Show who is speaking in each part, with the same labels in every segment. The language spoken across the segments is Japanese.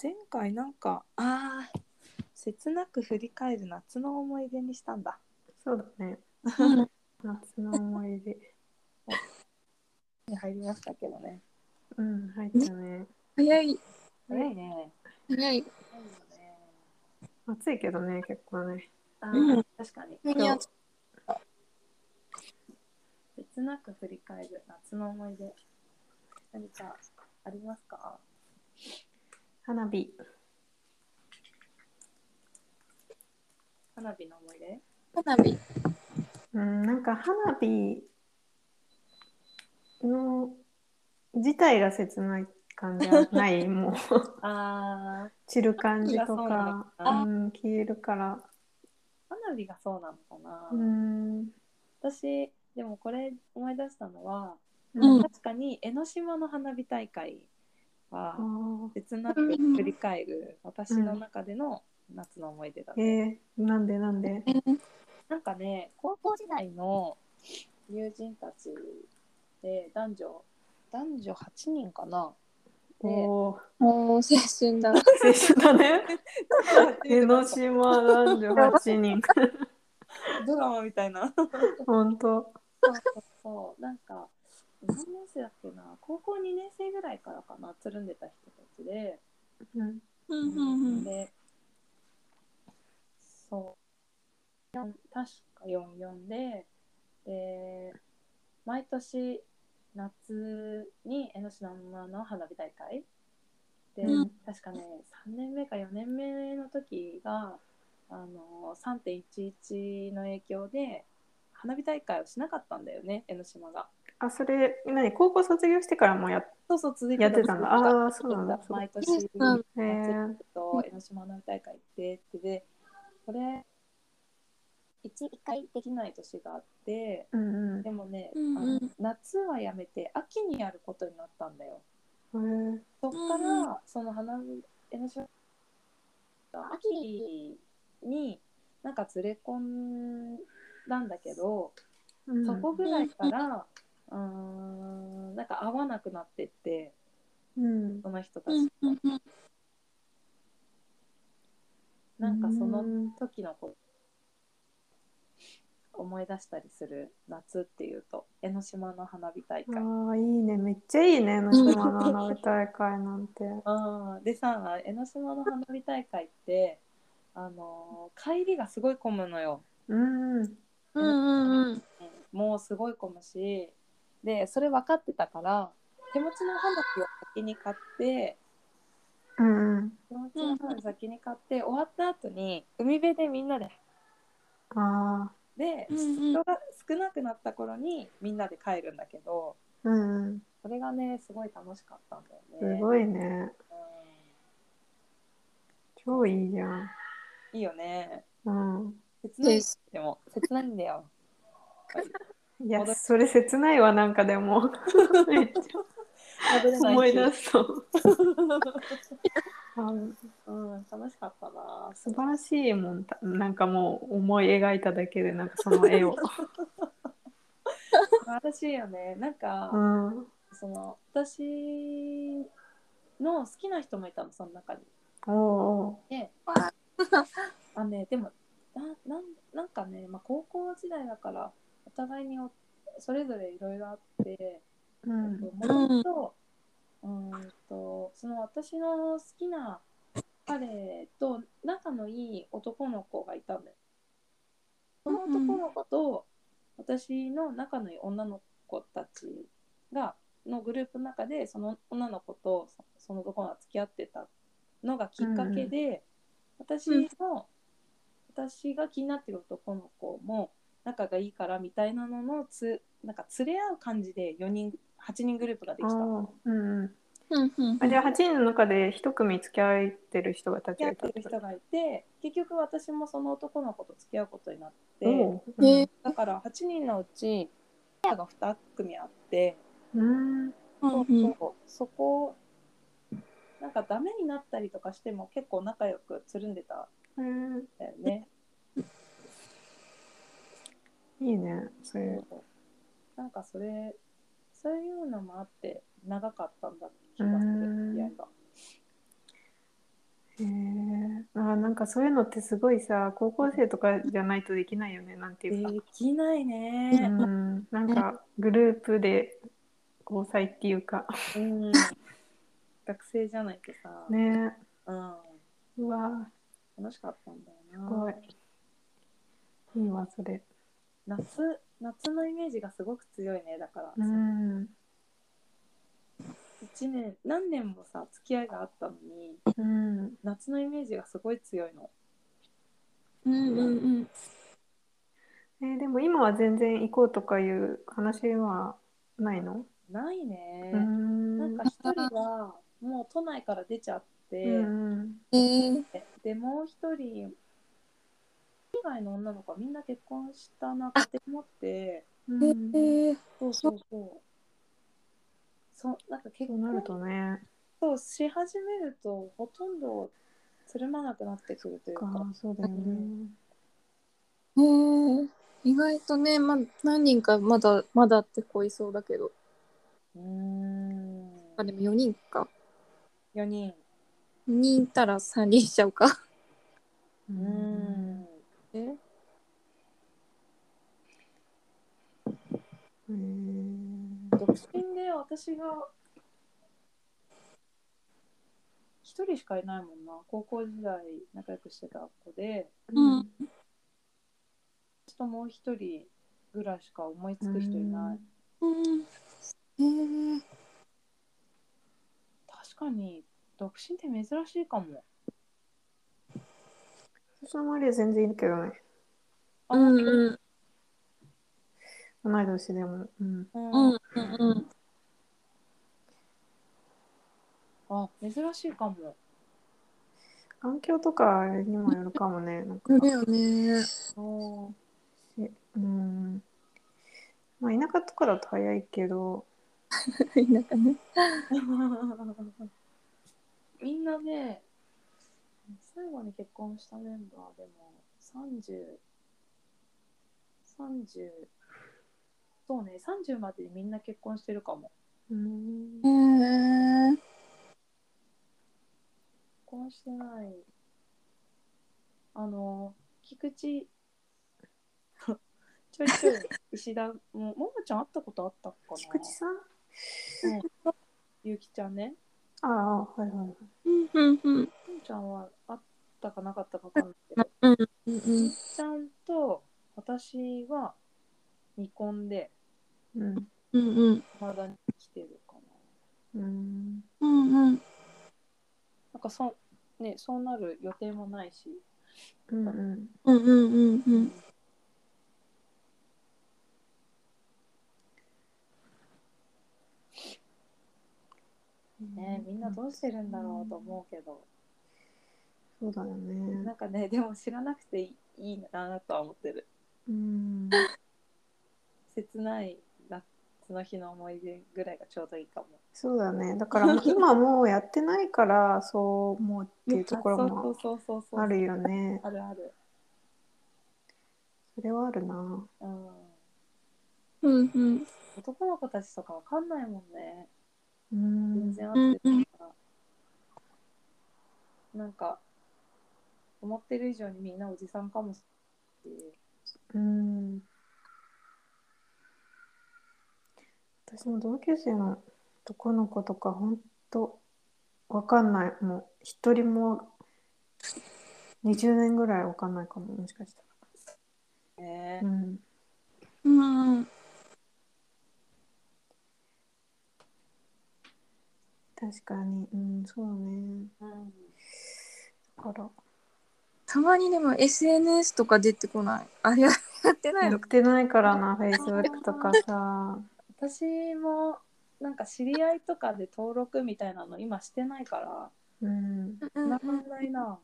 Speaker 1: 前回なんかああ切なく振り返る夏の思い出にしたんだ
Speaker 2: そうだね。夏の思い 出。
Speaker 1: 入りましたけどね
Speaker 2: うん、入ったね。
Speaker 3: 早い
Speaker 1: 早いね
Speaker 3: 早い
Speaker 1: 早いよね
Speaker 2: 暑いけどね、結構ね。
Speaker 1: あ
Speaker 3: う
Speaker 1: ー確かに
Speaker 3: 急に暑
Speaker 1: 切なく振り返る夏の思い出何かありますか
Speaker 2: 花火。
Speaker 1: 花火の思い出
Speaker 3: 花火
Speaker 2: うん、なんか花火の自体が切ない感じは ない、もう。
Speaker 1: ああ
Speaker 2: 散る感じと
Speaker 1: 花火がそうなの
Speaker 2: か、
Speaker 1: かな
Speaker 2: う、
Speaker 1: ん
Speaker 2: 消えるから。
Speaker 1: 花火がそうなのかな、
Speaker 2: うん。
Speaker 1: 私でもこれ思い出したのは、
Speaker 3: うん
Speaker 1: 確かに江ノ島の花火大会は
Speaker 2: あー
Speaker 1: 切なく振り返る私の中での夏の思い出だった、
Speaker 2: えー、なんでなんで
Speaker 1: なんかね高校時代の友人たちで男女男女8人かなで
Speaker 2: おー
Speaker 3: もう青春だ
Speaker 2: 青春だね。江ノ島男女8人。
Speaker 1: ドラマみたいな
Speaker 2: 本当。
Speaker 1: そうそうそうなんか何年生だっけな高校2年生ぐらいからかなつるんでた人たちで
Speaker 2: うん。
Speaker 3: うんうんうん
Speaker 1: で、そう、よん確か44で、で、毎年夏に江ノ島の花火大会で、
Speaker 3: うん
Speaker 1: 確かね、3年目か4年目の時が、あの3.11の影響で花火大会をしなかったんだよね、江ノ島が。
Speaker 2: あ、それ、何高校卒業してからもやっ
Speaker 1: そうそう、続い
Speaker 2: やってたんだ。ああー、そうなんだ。そう
Speaker 1: 毎年。
Speaker 3: うん
Speaker 2: へー
Speaker 1: と江ノ島の大会行ってってでこれ一回できない年があって
Speaker 2: うんうん。へ
Speaker 1: でもね、
Speaker 3: うんうん
Speaker 1: あの夏はやめて秋にやることになったんだよ
Speaker 2: ー
Speaker 1: そっか
Speaker 3: うん
Speaker 1: らその花見江ノ島秋になんか連れ込んだんだけど、
Speaker 2: うん
Speaker 1: そこぐらいから、うーん、なんか会わなくなってって
Speaker 2: うん。
Speaker 1: その人た
Speaker 3: う
Speaker 1: ち
Speaker 3: ん、うんうん
Speaker 1: なんかその
Speaker 2: うん
Speaker 1: 時のこと思い出したりする夏っていうと江ノ島の花火大会、
Speaker 2: ああ、いいね。めっちゃいいね。江ノ島の花火大会なんて。
Speaker 1: あーでさ江ノ島の花火大会ってあのー帰りがすごい混むのよ、
Speaker 2: うん。
Speaker 3: うんうん
Speaker 1: もうすごい混むしでそれ分かってたから手持ちの花火を先に買って
Speaker 2: うんうん。
Speaker 1: 手持ちの花火先に買って終わった後に海辺でみんなで
Speaker 2: ああ。
Speaker 1: で
Speaker 3: うん
Speaker 1: 人が少なくなった頃にみんなで帰るんだけど
Speaker 2: うんうん。
Speaker 1: それがねすごい楽しかったんだよね。
Speaker 2: すごいね。超いいじゃん。
Speaker 1: うんいいよね。
Speaker 2: うん。
Speaker 1: 切ない
Speaker 3: で
Speaker 1: ん
Speaker 3: す
Speaker 1: でも切ないんだ よ。
Speaker 2: いや、それ切ないわ、なんかで も。めっちゃ
Speaker 1: 戻れないし
Speaker 2: 思い出すと。あ
Speaker 1: うん楽しかったな。
Speaker 2: 素晴らしいもんたなんかもう思い描いただけでなんかその 絵を、
Speaker 1: 素晴らしいよね。なんか、
Speaker 2: うん、お
Speaker 1: その私の好きな人もいたのその中に。
Speaker 2: うお
Speaker 1: で、あねでもななんなんかねまあ高校時代だからお互いにおそれぞれいろいろあって。
Speaker 2: う、う
Speaker 1: えっ
Speaker 2: ん
Speaker 1: と、もともと、うーんと、その私の好きな彼と仲のいい男の子がいたんだよ。その男の子と、私の仲のいい女の子たちが、のグループの中で、その女の子とそその男が付き合ってたのがきっかけで、私の、私が気になってる男の子も仲がいいからみたいなののつなんか連れ合う感じで4人8人グループができた。
Speaker 2: おううんうん
Speaker 3: うんうん
Speaker 2: あじゃあ8人の中で一組付き合ってる人が立ち
Speaker 1: 付き合って
Speaker 2: 上げたって
Speaker 1: る
Speaker 2: こと
Speaker 1: 人がいて結局私もその男の子と付き合うことになって、
Speaker 2: おう
Speaker 3: で
Speaker 1: だから8人のうちペアが2組あって、
Speaker 2: うん
Speaker 3: うん
Speaker 1: そううんそうそこなんかダメになったりとかしても結構仲良くつるんでたん
Speaker 2: うん
Speaker 1: だよね。
Speaker 2: いいねそういう
Speaker 1: なんかそれそういうのもあって長かったんだ気がする
Speaker 2: うん
Speaker 1: 付き合いが。
Speaker 2: なんかそういうのってすごいさ高校生とかじゃないとできないよねなんていうか、
Speaker 1: できないね。
Speaker 2: うん、なんかグループで交際っていうか
Speaker 1: うん。学生じゃないとさ。
Speaker 2: ね
Speaker 1: うん。
Speaker 2: うわ
Speaker 1: 楽しかったんだよ
Speaker 2: すご。
Speaker 1: ない
Speaker 2: いいわそれ
Speaker 1: 夏、夏のイメージがすごく強いね。だから、
Speaker 2: うん、
Speaker 1: 一年、何年もさ、付き合いがあったのに、
Speaker 2: うん、
Speaker 1: 夏のイメージがすごい強いの。
Speaker 3: うんうん
Speaker 2: えーでも今は全然行こうとかいう話はないの、
Speaker 1: ないね。
Speaker 2: うん
Speaker 1: なんか一人は、もう都内から出ちゃって、
Speaker 2: うん
Speaker 3: えー
Speaker 1: で、もう一人、以外の女の子はみんな結婚したなって思って、
Speaker 2: う
Speaker 3: え
Speaker 2: ん
Speaker 3: ー
Speaker 1: そうそうそう。そう、なんか結
Speaker 2: そうなる
Speaker 1: 婚
Speaker 2: とね
Speaker 1: そうし始めるとほとんどつるまなくなってくるというか
Speaker 2: そっかそうだよね
Speaker 3: えー意外とね、ま、何人かまだまだって子いそうだけど
Speaker 1: うーん
Speaker 3: あでも4人か
Speaker 1: 4人
Speaker 3: 4人いたら3人しちゃうか
Speaker 2: う
Speaker 1: うーん
Speaker 3: え
Speaker 2: うん
Speaker 1: 独身で私が1人しかいないもんな高校時代仲良くしてた子で
Speaker 3: うん
Speaker 1: ちょっともう1人ぐらいしか思いつく人いない
Speaker 3: うんえー
Speaker 1: 確かに独身って珍しいかも
Speaker 2: 私の周りは全然いるけどね
Speaker 1: あ
Speaker 3: うんうん
Speaker 2: 同い年でも、うん、
Speaker 1: うん
Speaker 3: うんうん
Speaker 1: あ珍しいかも
Speaker 2: 環境とかにもよるか もねなんか
Speaker 3: うんだよね
Speaker 1: うん
Speaker 2: しうんまあ田舎とかだと早いけど
Speaker 3: なんかね
Speaker 1: みんなね、最後に結婚したメンバーでも30、30、そうね、30までにみんな結婚してるかも。
Speaker 2: うん
Speaker 3: えー
Speaker 1: 結婚してない。あの、菊池、 ちょいちょい石田、もう、ももちゃん会ったことあったかな
Speaker 2: 菊池さん
Speaker 1: ゆうきちゃんね。
Speaker 2: ああはいはい
Speaker 3: うんうんう
Speaker 1: も
Speaker 3: ん
Speaker 1: もちゃんは会ったかなかったかわかんないけど。
Speaker 3: うんうん
Speaker 1: ちゃんと私は未婚で、
Speaker 2: うん
Speaker 3: うんうん
Speaker 1: まだに来てるかな。
Speaker 2: うん
Speaker 3: うんうん
Speaker 1: なんかそ、ね、そうなる予定もないし。
Speaker 2: うんうん
Speaker 3: うんうんうんうん
Speaker 1: ね、みんなどうしてるんだろうと思うけど、
Speaker 2: そうだよね
Speaker 1: なんかね、でも知らなくていいなとは思ってる。
Speaker 2: うん
Speaker 1: 切ない夏の日の思い出ぐらいがちょうどいいかも。
Speaker 2: そうだね だから今もうやってないからそう思うっていうところ
Speaker 1: あそ
Speaker 2: も
Speaker 1: うそうそうそうそう。
Speaker 2: あるよね
Speaker 1: あるある。
Speaker 2: それはあるな
Speaker 1: うん。
Speaker 3: うんうん
Speaker 1: 男の子たちとかわかんないもんね。
Speaker 2: うん
Speaker 1: 全然合ってるから、なんか思ってる以上にみんなおじさんかもしれないし
Speaker 2: うん私も同級生の男の子とかほんとわかんないもう一人も20年ぐらいわかんないかももしかした
Speaker 1: ね
Speaker 2: ら、うん、
Speaker 3: うんうん
Speaker 2: 確かにうんそうね
Speaker 1: うん、
Speaker 2: だから
Speaker 3: たまにでも SNS とか出てこないあれやってない
Speaker 2: やっ
Speaker 3: のか
Speaker 2: てないからなフェイスブックとかさ
Speaker 1: 私もなんか知り合いとかで登録みたいなの今してないから
Speaker 2: うん、
Speaker 3: うん
Speaker 1: 繋がんないな、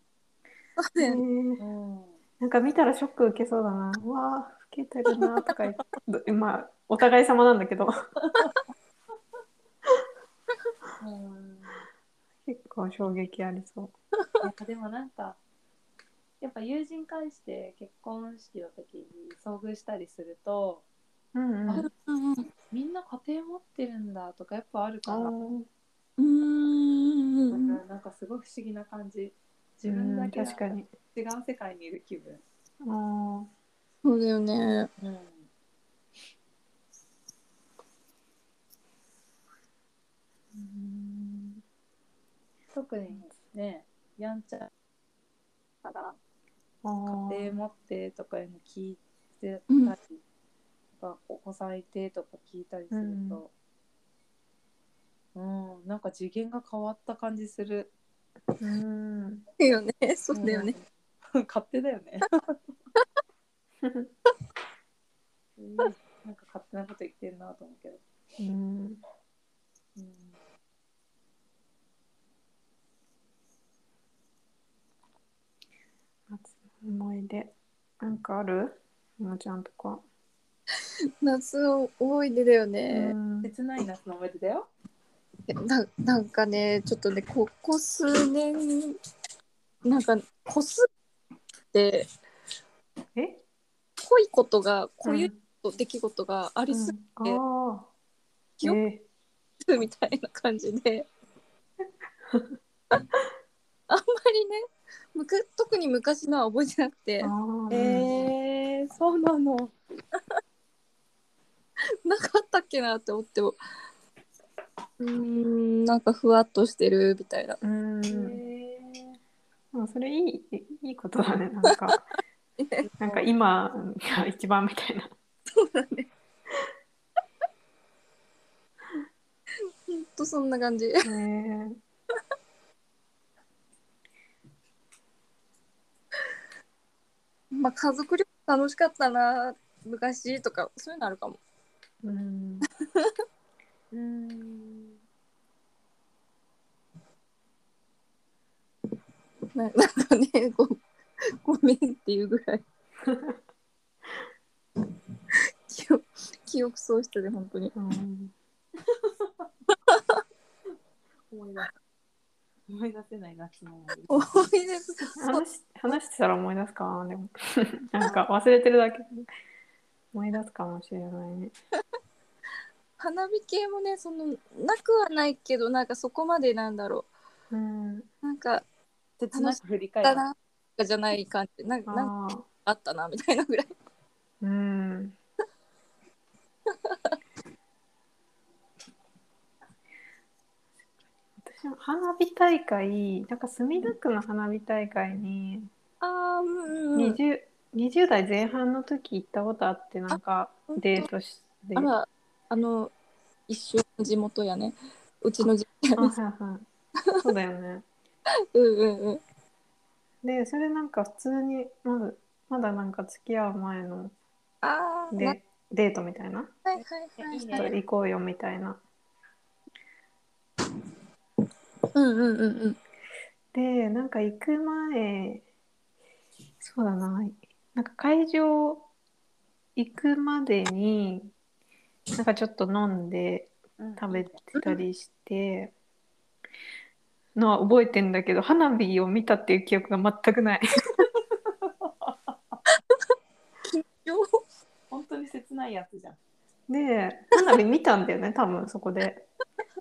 Speaker 3: そ
Speaker 2: え
Speaker 3: うだよね
Speaker 2: ー
Speaker 1: うん、
Speaker 2: なんか見たらショック受けそうだなうわー老けてるなとか言ってまあお互い様なんだけど
Speaker 1: うん、
Speaker 2: 結構衝撃ありそう
Speaker 1: なんかでもなんかやっぱ友人介して結婚式の時に遭遇したりすると
Speaker 2: うんうん
Speaker 3: うんうん
Speaker 1: みんな家庭持ってるんだとかやっぱあるか
Speaker 2: あ
Speaker 1: ら
Speaker 2: ー
Speaker 3: うんうんうん
Speaker 1: なんかすごい不思議な感じ。自分だけ
Speaker 2: うん
Speaker 1: が
Speaker 2: 確かに。
Speaker 1: 違う世界にいる気分、
Speaker 2: ああ。
Speaker 3: そうだよね。
Speaker 1: うん、
Speaker 2: うん
Speaker 1: 特にねやんちゃだから
Speaker 2: あ
Speaker 1: 家庭
Speaker 2: ー
Speaker 1: 持ってとかいうの聞いてた
Speaker 3: うん
Speaker 1: りとか、お子さんいてとか聞いたりすると、うんなんか次元が変わった感じする
Speaker 2: うん。
Speaker 3: だよね。そうだよね。、
Speaker 1: うん勝手だよねうんなんか勝手なこと言ってんなと思うけど、
Speaker 2: うん。
Speaker 1: うん、
Speaker 2: 夏の思い出。なんかあるももちゃんとか。
Speaker 3: 夏を思い出だよね。
Speaker 2: うん
Speaker 1: 切ない夏の思い出だよ
Speaker 3: ななんかね、ちょっとね、ここ数年、なんか、こすって、
Speaker 2: え
Speaker 3: 濃いことが、濃ゆいこと出来事がありすぎ
Speaker 2: うんああ。
Speaker 3: 記憶
Speaker 2: え
Speaker 3: るみたいな感じで。あんまりねむく、特に昔のは覚えてなくて
Speaker 2: ー、あー
Speaker 1: えー、そうなの
Speaker 3: なかったっけなって思っても、うーん、なんかふわっとしてるみたいな。
Speaker 2: うん。
Speaker 1: え
Speaker 2: で
Speaker 1: ー
Speaker 2: もそれいい、いいことだね。なんか、 なんか今が一番みたいな。
Speaker 3: ほんとそんな感じ。
Speaker 2: えー
Speaker 3: まあ家族旅行楽しかったな昔とかそういうのあるかも。
Speaker 2: うん。
Speaker 1: うん
Speaker 3: ななんかねごごめんっていうぐらい記憶記憶喪失で本当に。
Speaker 2: うん
Speaker 1: 思い出思い出せない夏の思い出
Speaker 3: 思い出す
Speaker 2: 話し話してたら思い出すかなでも なんか忘れてるだけ思い出すかもしれないね
Speaker 3: 花火系もねそのなくはないけどなんかそこまでなんだろ
Speaker 2: うん
Speaker 3: うなんか
Speaker 1: 切なく振り返
Speaker 3: だ
Speaker 1: る
Speaker 3: なじゃない感じなんかなんか
Speaker 2: ああ
Speaker 3: あったなみたいなぐらい。
Speaker 2: うん私も花火大会なんか墨田区の花火大会に
Speaker 3: あーうんうんうん
Speaker 2: 20, 20代前半の時行ったことあってなんか
Speaker 3: あ
Speaker 2: デートして
Speaker 3: あらあの一瞬の地元やねうちの地
Speaker 2: あ
Speaker 3: 元
Speaker 2: はいはいそうだよね
Speaker 3: うんうんうん。
Speaker 2: でそれなんか普通にまだまだなんか付き合う前の
Speaker 3: ああ、なはい
Speaker 2: でデートみたいな
Speaker 3: はいはい
Speaker 1: いい
Speaker 2: ちょっ
Speaker 1: ね
Speaker 3: はい。
Speaker 2: と行こうよみたいな
Speaker 3: うんうんうんうん。
Speaker 2: でなんか行く前そうだななんか会場行くまでになんかちょっと飲んで
Speaker 1: うん
Speaker 2: 食べてたりしてのは覚えてんだけど花火を見たっていう記憶が全くない
Speaker 3: よう
Speaker 1: 本当に切ないやつじゃん
Speaker 2: で花火見たんだよね 多分そこで。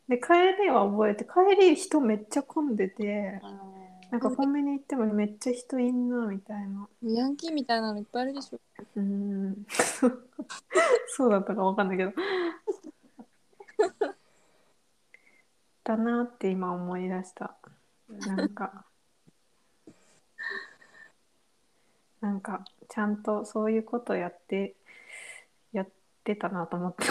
Speaker 2: で帰りは覚えて帰り人めっちゃ混んでてなんかコンビニ行ってもめっちゃ人いんなみたいな
Speaker 3: ヤンキーみたいなのいっぱいあるでしょ。
Speaker 2: うーんそうだったかわかんないけど。だなって今思い出した。なんか。なんか、ちゃんとそういうことやって、やってたなと思って。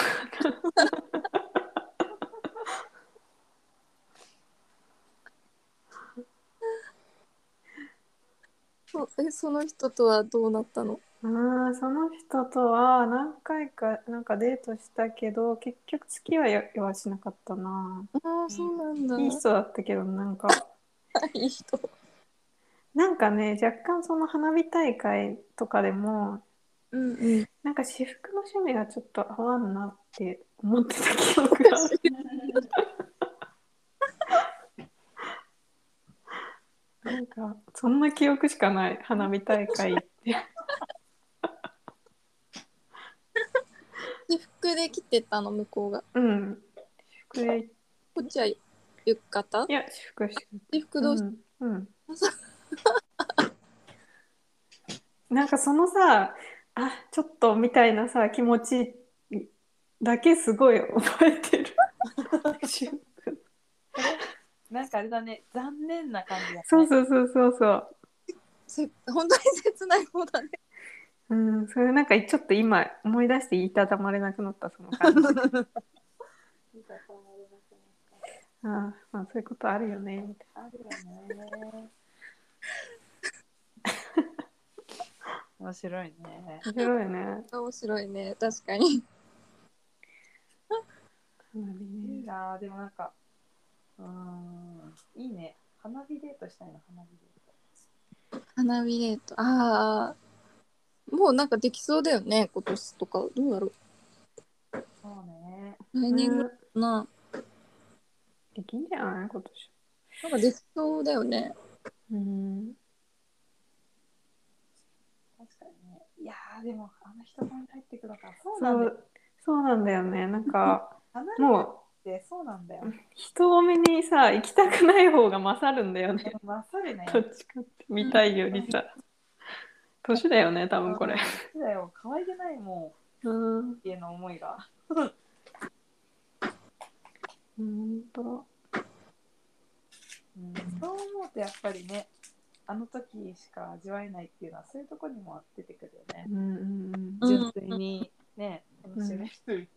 Speaker 3: そえその人とはどうなったの？
Speaker 2: あーその人とは何回かなんかデートしたけど結局付き合いはしなかったな
Speaker 3: ああ、そうなんだ。
Speaker 2: いい人だったけどなんか
Speaker 3: いい人。
Speaker 2: なんかね、若干その花火大会とかでも、
Speaker 3: うんうん。
Speaker 2: なんか私服の趣味がちょっと合わんなって思ってた記憶がある。なんか、そんな記憶しかない、花火大会って。
Speaker 3: 私服で来てたの向こうが。
Speaker 2: うん。私服で、い
Speaker 3: こっちは浴衣？
Speaker 2: や、私服、私服。
Speaker 3: 私服同士。
Speaker 2: うん。うん
Speaker 3: あそ
Speaker 2: なんかそのさ、あ、ちょっとみたいなさ、気持ちだけすごい覚えてる。
Speaker 1: なんかあれだね、残念な感じだね。
Speaker 2: そうそうそうそうそう。
Speaker 3: せ本当に切ない方だね。
Speaker 2: うん、それなんかちょっと今思い出していたたまれなくなったその感じ。
Speaker 1: 見たことありますね
Speaker 2: あーまあそういうことあるよねみたい
Speaker 1: あるよ ね。面白いね。
Speaker 2: な。面白いよね。
Speaker 3: 面白いね、確かに。
Speaker 2: 花火
Speaker 1: いい
Speaker 2: ね。
Speaker 1: なあでもなんか、うーん、いいね。花火デートしたいな、花火デート。
Speaker 3: 花火デート、ああ、もうなんかできそうだよね、今年とか。どうだろ
Speaker 1: そうね。
Speaker 3: う。来年ぐらいかな。
Speaker 2: できんじゃない今年。
Speaker 3: なんかできそうだよね。
Speaker 2: うん。
Speaker 1: 確かにね。いやーでも、あの人が入ってくるから、そう
Speaker 2: そ
Speaker 1: なんだよ。
Speaker 2: うそうなんだよね。なんか
Speaker 1: 花火っ
Speaker 2: も
Speaker 1: てそうなんだよ。
Speaker 2: う人目にさ行きたくない方が勝るんだよ ね。
Speaker 1: 勝るね。
Speaker 2: どっちかって見たいよりさ。年だよね多分これ。
Speaker 1: そうだよ。可愛げないも
Speaker 2: うん。
Speaker 1: ん、家の思いが。
Speaker 2: 本当。
Speaker 1: うん、そう思うと、やっぱりね、あの時しか味わえないっていうのは、そういうとこにも出てくるよね
Speaker 2: う。んうん
Speaker 3: う
Speaker 2: うんん。
Speaker 1: 純粋にね、
Speaker 2: ん
Speaker 1: 楽しめる。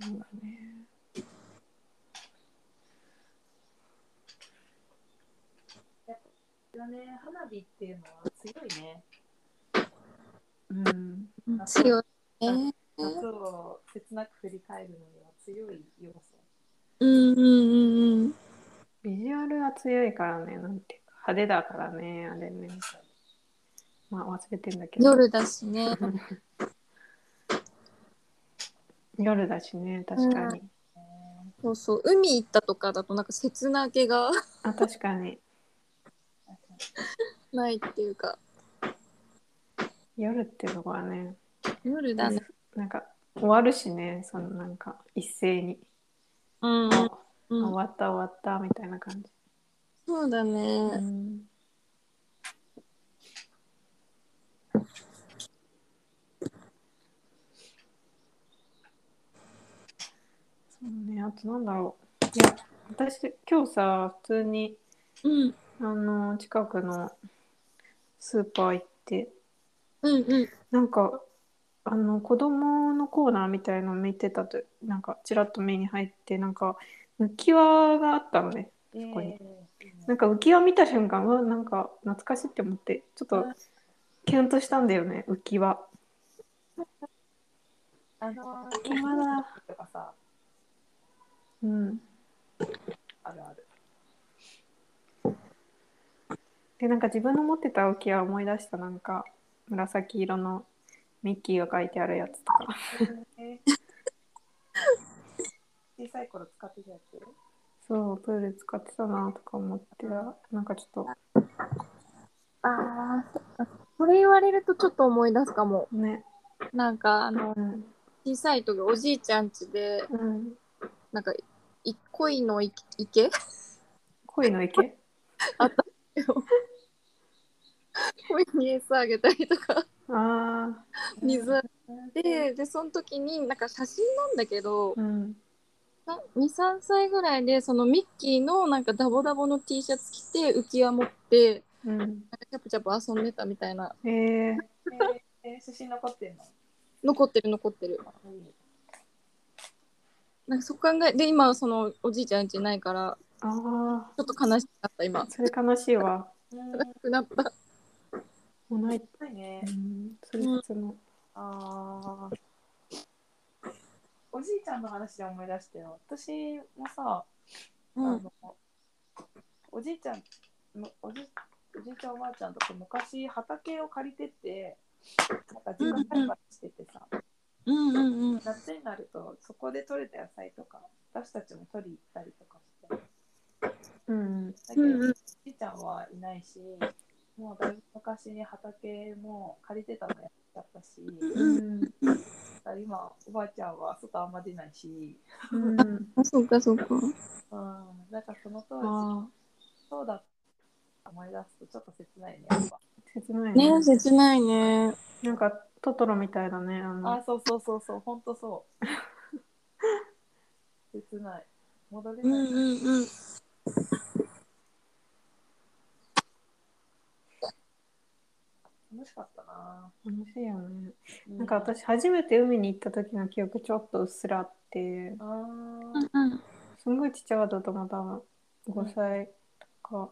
Speaker 2: そうだね。
Speaker 1: だね、花火っていうのは強いね。
Speaker 2: うん。
Speaker 3: 強いね。
Speaker 1: 夏を切なく振り返るのには強い要素。
Speaker 3: うんうんうんうん。
Speaker 2: ビジュアルは強いからね、なんていうか派手だからね、あれね。まあ忘れてんだけど。
Speaker 3: 夜だしね。
Speaker 2: 夜だしね、確かに。
Speaker 3: そうそう。海行ったとかだとなんか切な気が
Speaker 2: あ、確かに。
Speaker 3: ないっていうか。
Speaker 2: 夜っていうとこはね、
Speaker 3: 夜だね。
Speaker 2: なんか終わるしね、そのなんか一斉に。
Speaker 3: うん
Speaker 2: あ
Speaker 3: うん
Speaker 2: 終わった終わったみたいな感じ。
Speaker 3: そうだ
Speaker 2: う
Speaker 3: ね。
Speaker 2: ん。そうね、あとなんだろう。いや、私、今日さ、普通に、
Speaker 3: うん。
Speaker 2: あの、近くのスーパー行って、
Speaker 3: うんうん。
Speaker 2: なんか、あの、子供のコーナーみたいの見てたと、なんか、ちらっと目に入って、なんか、浮き輪があったのね。
Speaker 1: え
Speaker 2: こ
Speaker 1: え
Speaker 2: に
Speaker 1: いいね
Speaker 2: なんか浮き輪見た瞬間、うわ、なんか懐かしいって思って、ちょっとキュンとしたんだよね、浮き輪。
Speaker 1: あの、
Speaker 2: 浮き輪だ。
Speaker 1: とかさ、
Speaker 2: うん。
Speaker 1: あるある。
Speaker 2: で、なんか自分の持ってた浮き輪思い出した、なんか紫色のミッキーが書いてあるやつとか。
Speaker 1: ええ小さい頃使ってたやつ。
Speaker 2: そう、プール使ってたなとか思ってた、なんかちょっ
Speaker 3: ああ、それ言われるとちょっと思い出すかも。
Speaker 2: と、ね。
Speaker 3: なんかあの
Speaker 2: うん。
Speaker 3: 小さい時おじいちゃん家で
Speaker 2: うん。
Speaker 3: なんかい恋のい池
Speaker 2: 恋の池
Speaker 3: 恋に餌あげたりとか
Speaker 2: ああ、
Speaker 3: 水あげてでその時になんか写真なんだけど
Speaker 2: うん。
Speaker 3: 23歳ぐらいでそのミッキーのなんかダボダボの T シャツ着て浮き輪持って
Speaker 2: うん。
Speaker 3: なんかチャプチャプ遊んでたみたいな
Speaker 2: ええ
Speaker 1: ええ写真残ってんの。
Speaker 3: 残ってる残ってる
Speaker 1: うん
Speaker 3: なんかそこ考えで今そのおじいちゃん家ないから
Speaker 2: あ
Speaker 3: ちょっと悲しくなった今
Speaker 2: あ、それ悲しいわ。
Speaker 1: うん
Speaker 3: 悲しくなった
Speaker 2: もうない。
Speaker 1: ないね
Speaker 2: う。ん。それ普通の。
Speaker 1: ああ。おじいちゃんの話で思い出してよ。私もさ、
Speaker 3: う
Speaker 1: あ
Speaker 3: ん
Speaker 1: のおじいちゃんむおじおじいちゃんおばあちゃんとか昔畑を借りてってなんか自家栽培しててさ、
Speaker 3: うんうんうん
Speaker 1: 夏になるとそこで採れた野菜とか私たちも取り行ったりとかして
Speaker 2: うん。
Speaker 1: だけど、
Speaker 3: うん
Speaker 1: お
Speaker 3: うん
Speaker 1: じいちゃんはいないしもうだいぶ昔に畑も借りてたのやっちゃったし
Speaker 2: うん。
Speaker 1: ですから今おばあちゃんは外あんま出ないし、
Speaker 2: うん。
Speaker 3: あ、そうか、そうか。
Speaker 1: うん、なんかその当
Speaker 2: あ
Speaker 1: 時そうだった思い出すとちょっと切ないねやっぱ
Speaker 2: あ、切ないね。
Speaker 3: ね、切ないね。
Speaker 2: なんかトトロみたいだね。あの
Speaker 1: あそうそうそうそう本当そう 切ない戻れない、
Speaker 3: うんうん。
Speaker 1: 楽しかったな、
Speaker 2: 楽しいよね。
Speaker 1: う
Speaker 2: なんか私初めて海に行った時の記憶ちょっとうっすらあって、
Speaker 1: あ
Speaker 3: うん
Speaker 2: すんごいちっちゃかったと思う、多分5歳とか。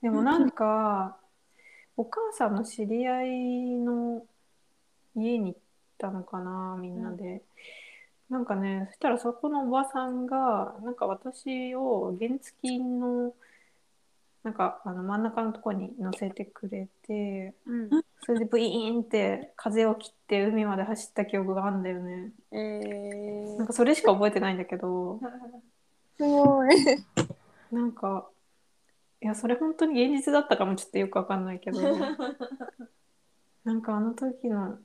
Speaker 2: でもなんか、お母さんの知り合いの家に行ったのかな、みんなで。なんかね、そしたらそこのおばさんが、なんか私を原付きの、なんかあの真ん中のとこに乗せてくれて、
Speaker 1: うん
Speaker 2: それでブイーンって風を切って海まで走った記憶があるんだよね。
Speaker 1: えー
Speaker 2: なんかそれしか覚えてないんだけど、
Speaker 3: すごい。
Speaker 2: なんか、いや、それ本当に現実だったかもちょっとよくわかんない けど、なんかあの時の、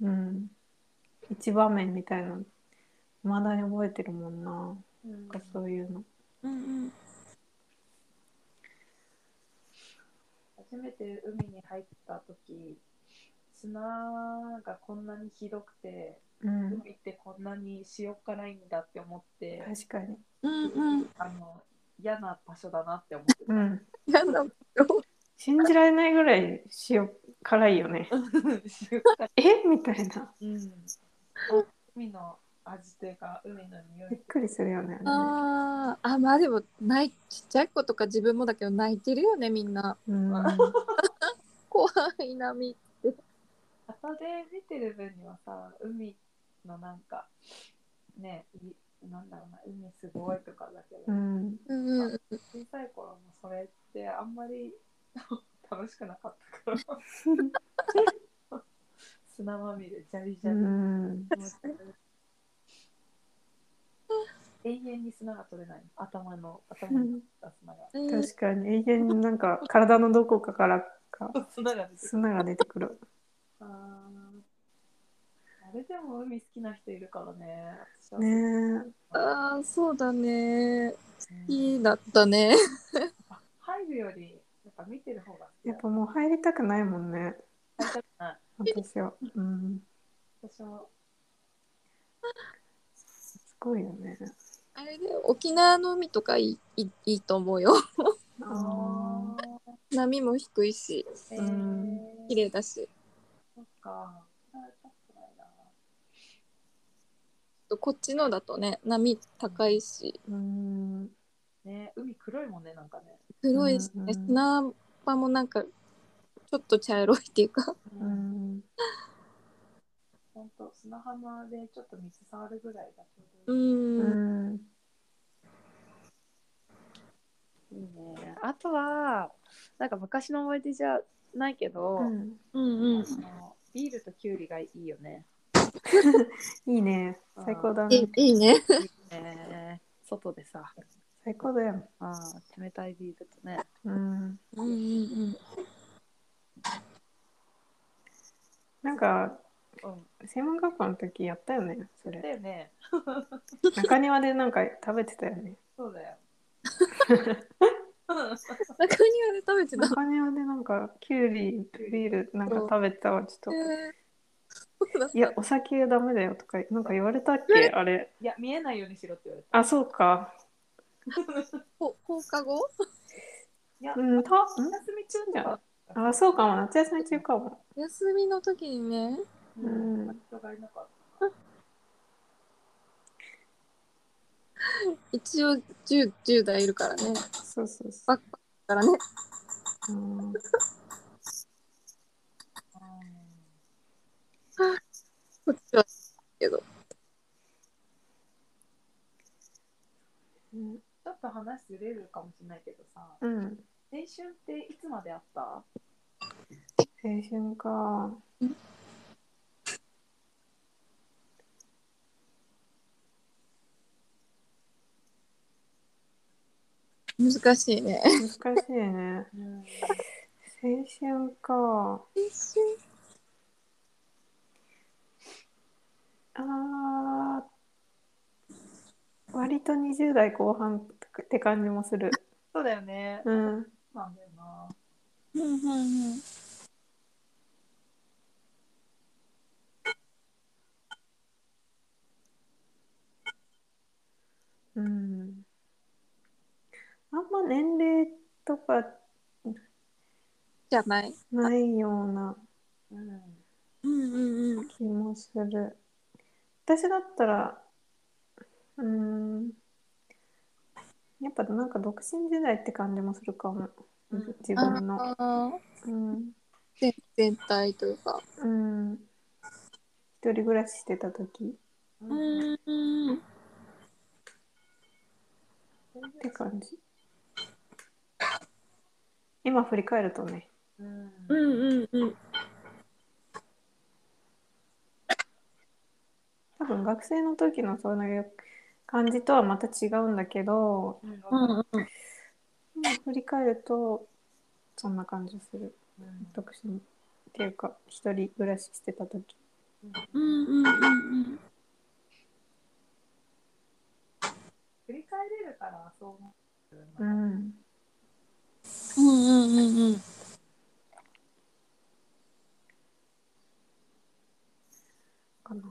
Speaker 2: うん、一場面みたいなの、まだに覚えてるもんな。
Speaker 1: うん
Speaker 2: なんかそういうの。
Speaker 3: うん
Speaker 1: 初めて海に入った時砂がこんなにひどくて
Speaker 2: うん、
Speaker 1: 海ってこんなに塩辛いんだって思って、
Speaker 2: 確かに。
Speaker 3: うん。うんうん。
Speaker 1: あの嫌な場所だなって思って
Speaker 2: う
Speaker 1: た、
Speaker 2: ん。
Speaker 3: やだ。
Speaker 2: 信じられないぐらい塩辛いよね。
Speaker 1: 塩辛い
Speaker 2: えみたいな。
Speaker 1: うん、海の味というか海の匂
Speaker 2: びっ
Speaker 1: い
Speaker 2: くりするよね。あれね
Speaker 3: あーあ、まあでも、ない、ちっちゃい子とか自分もだけど泣いてるよね、みんな。
Speaker 2: うん、
Speaker 3: 怖いな、み。
Speaker 1: 朝で見てる分にはさ海のなんかねいなんだろうな海すごいとかだけど、
Speaker 2: うん
Speaker 3: うんうんうん。
Speaker 1: 小さい頃もそれってあんまり 楽しくなかったから 砂まみれジャリジ
Speaker 2: う
Speaker 1: ャリ、
Speaker 2: ん。
Speaker 1: 永遠に砂が取れない頭の頭
Speaker 2: う
Speaker 1: に
Speaker 2: ん
Speaker 1: あ砂が
Speaker 3: うん
Speaker 2: 確かに永遠になんか体のどこかからか
Speaker 1: 砂が出てくる
Speaker 2: 砂が出てくる。
Speaker 1: あーあれでも海好きな人いるからね私は
Speaker 2: ねえ。
Speaker 3: ああ、そうだね。
Speaker 1: うん
Speaker 3: いいだったね。
Speaker 1: あ入るよりやっぱ見てる方が好き
Speaker 2: や
Speaker 1: だ
Speaker 2: っぱもう入りたくないもんね。
Speaker 1: 入りたくない
Speaker 2: 私 は。うん。
Speaker 1: 私も
Speaker 2: すごいよね。
Speaker 3: あれで沖縄の海とかいいいいと思うよ。
Speaker 2: あ
Speaker 3: 波も低いし、
Speaker 1: え
Speaker 2: う
Speaker 1: ー
Speaker 2: ん、
Speaker 3: 綺麗だし、
Speaker 1: そっか入りたくないな
Speaker 3: こっちのだとね、波高いし、
Speaker 2: ーうん。
Speaker 1: ね海黒いもんねなんかね、
Speaker 3: 黒いし、
Speaker 2: う
Speaker 3: ね、
Speaker 2: んうん
Speaker 3: 砂場もなんか、ちょっと茶色いっていうか、
Speaker 2: う
Speaker 1: うん
Speaker 2: ん。
Speaker 1: ほんと砂浜でちょっと水触るぐらいがちょう
Speaker 3: う、
Speaker 1: どい
Speaker 2: うんん。
Speaker 1: い,、いいねあとはなんか昔の思い出じゃないけど、
Speaker 3: うん、う
Speaker 1: あ
Speaker 3: ん、
Speaker 1: のビールとキュウリがいいよね
Speaker 2: いいね。最高だ
Speaker 3: い
Speaker 2: ね。
Speaker 1: い
Speaker 3: いね。
Speaker 1: いね外でさ
Speaker 2: 最高だよ。
Speaker 1: あー冷たいビールとね
Speaker 2: うん。
Speaker 3: うん、うん、
Speaker 2: なんか
Speaker 1: うん
Speaker 2: 専門学校の時やったよね。そ
Speaker 1: だ
Speaker 2: れ。
Speaker 1: よね
Speaker 2: 中庭でなんか食べてたよ ね。
Speaker 1: そうだよ
Speaker 3: 中庭で食べてた。
Speaker 2: 中庭でなんかキュウリビールなんか食べてたわちょっと。
Speaker 3: えーそうだっ
Speaker 2: いや、お酒ダメだよとか、なんか言われたっけあれ。
Speaker 1: いや見えないようにしろって言われた
Speaker 2: あ、そうか。
Speaker 3: こ放課後
Speaker 1: いや、
Speaker 2: うん、た、
Speaker 1: お休み中じゃん
Speaker 2: んあ、そうかも。夏休み中かも。
Speaker 3: 休みの時にね、
Speaker 1: うん
Speaker 2: うん
Speaker 1: 人がいなかった
Speaker 3: 一応 10, 10代いるからね。だ
Speaker 2: そうそうそ
Speaker 3: バからね。
Speaker 2: う。うん
Speaker 3: こっちはけど。
Speaker 2: う
Speaker 1: ち
Speaker 2: ん。
Speaker 1: ょっと話ずれるかもしれないけどさ青
Speaker 2: うん。
Speaker 1: 春っていつまであった
Speaker 2: 青春か。
Speaker 3: 難しいね。
Speaker 2: 難しいね。
Speaker 1: うん
Speaker 2: 青春か。あー割と20代後半って感じもする。
Speaker 1: そうだよね。
Speaker 2: うん。
Speaker 1: なんだよな。
Speaker 3: うんうんうん。
Speaker 2: うん。あんま年齢とか
Speaker 3: じゃない。
Speaker 2: ないような
Speaker 1: うん。
Speaker 3: うんうんうん。
Speaker 2: 気もする。私だったら、うん。やっぱなんか独身時代って感じもするかも。
Speaker 1: うん
Speaker 2: 自分の。
Speaker 3: ああ。
Speaker 2: うん。
Speaker 3: 全全体というか。
Speaker 2: うん。一人暮らししてた時
Speaker 1: うん。
Speaker 3: うん。
Speaker 2: って感じ。今振り返るとね。
Speaker 1: うん
Speaker 3: うんうん。
Speaker 2: 多分学生の時のそういう感じとはまた違うんだけど、
Speaker 1: うん
Speaker 3: うんうん。
Speaker 2: 今振り返るとそんな感じする
Speaker 1: うん
Speaker 2: 独身っていうか一人暮らししてた時
Speaker 3: うんうんうん
Speaker 1: 振り返れるからそう思うよ
Speaker 2: う
Speaker 1: な。
Speaker 2: ん
Speaker 3: うんうんうんうん。
Speaker 2: かな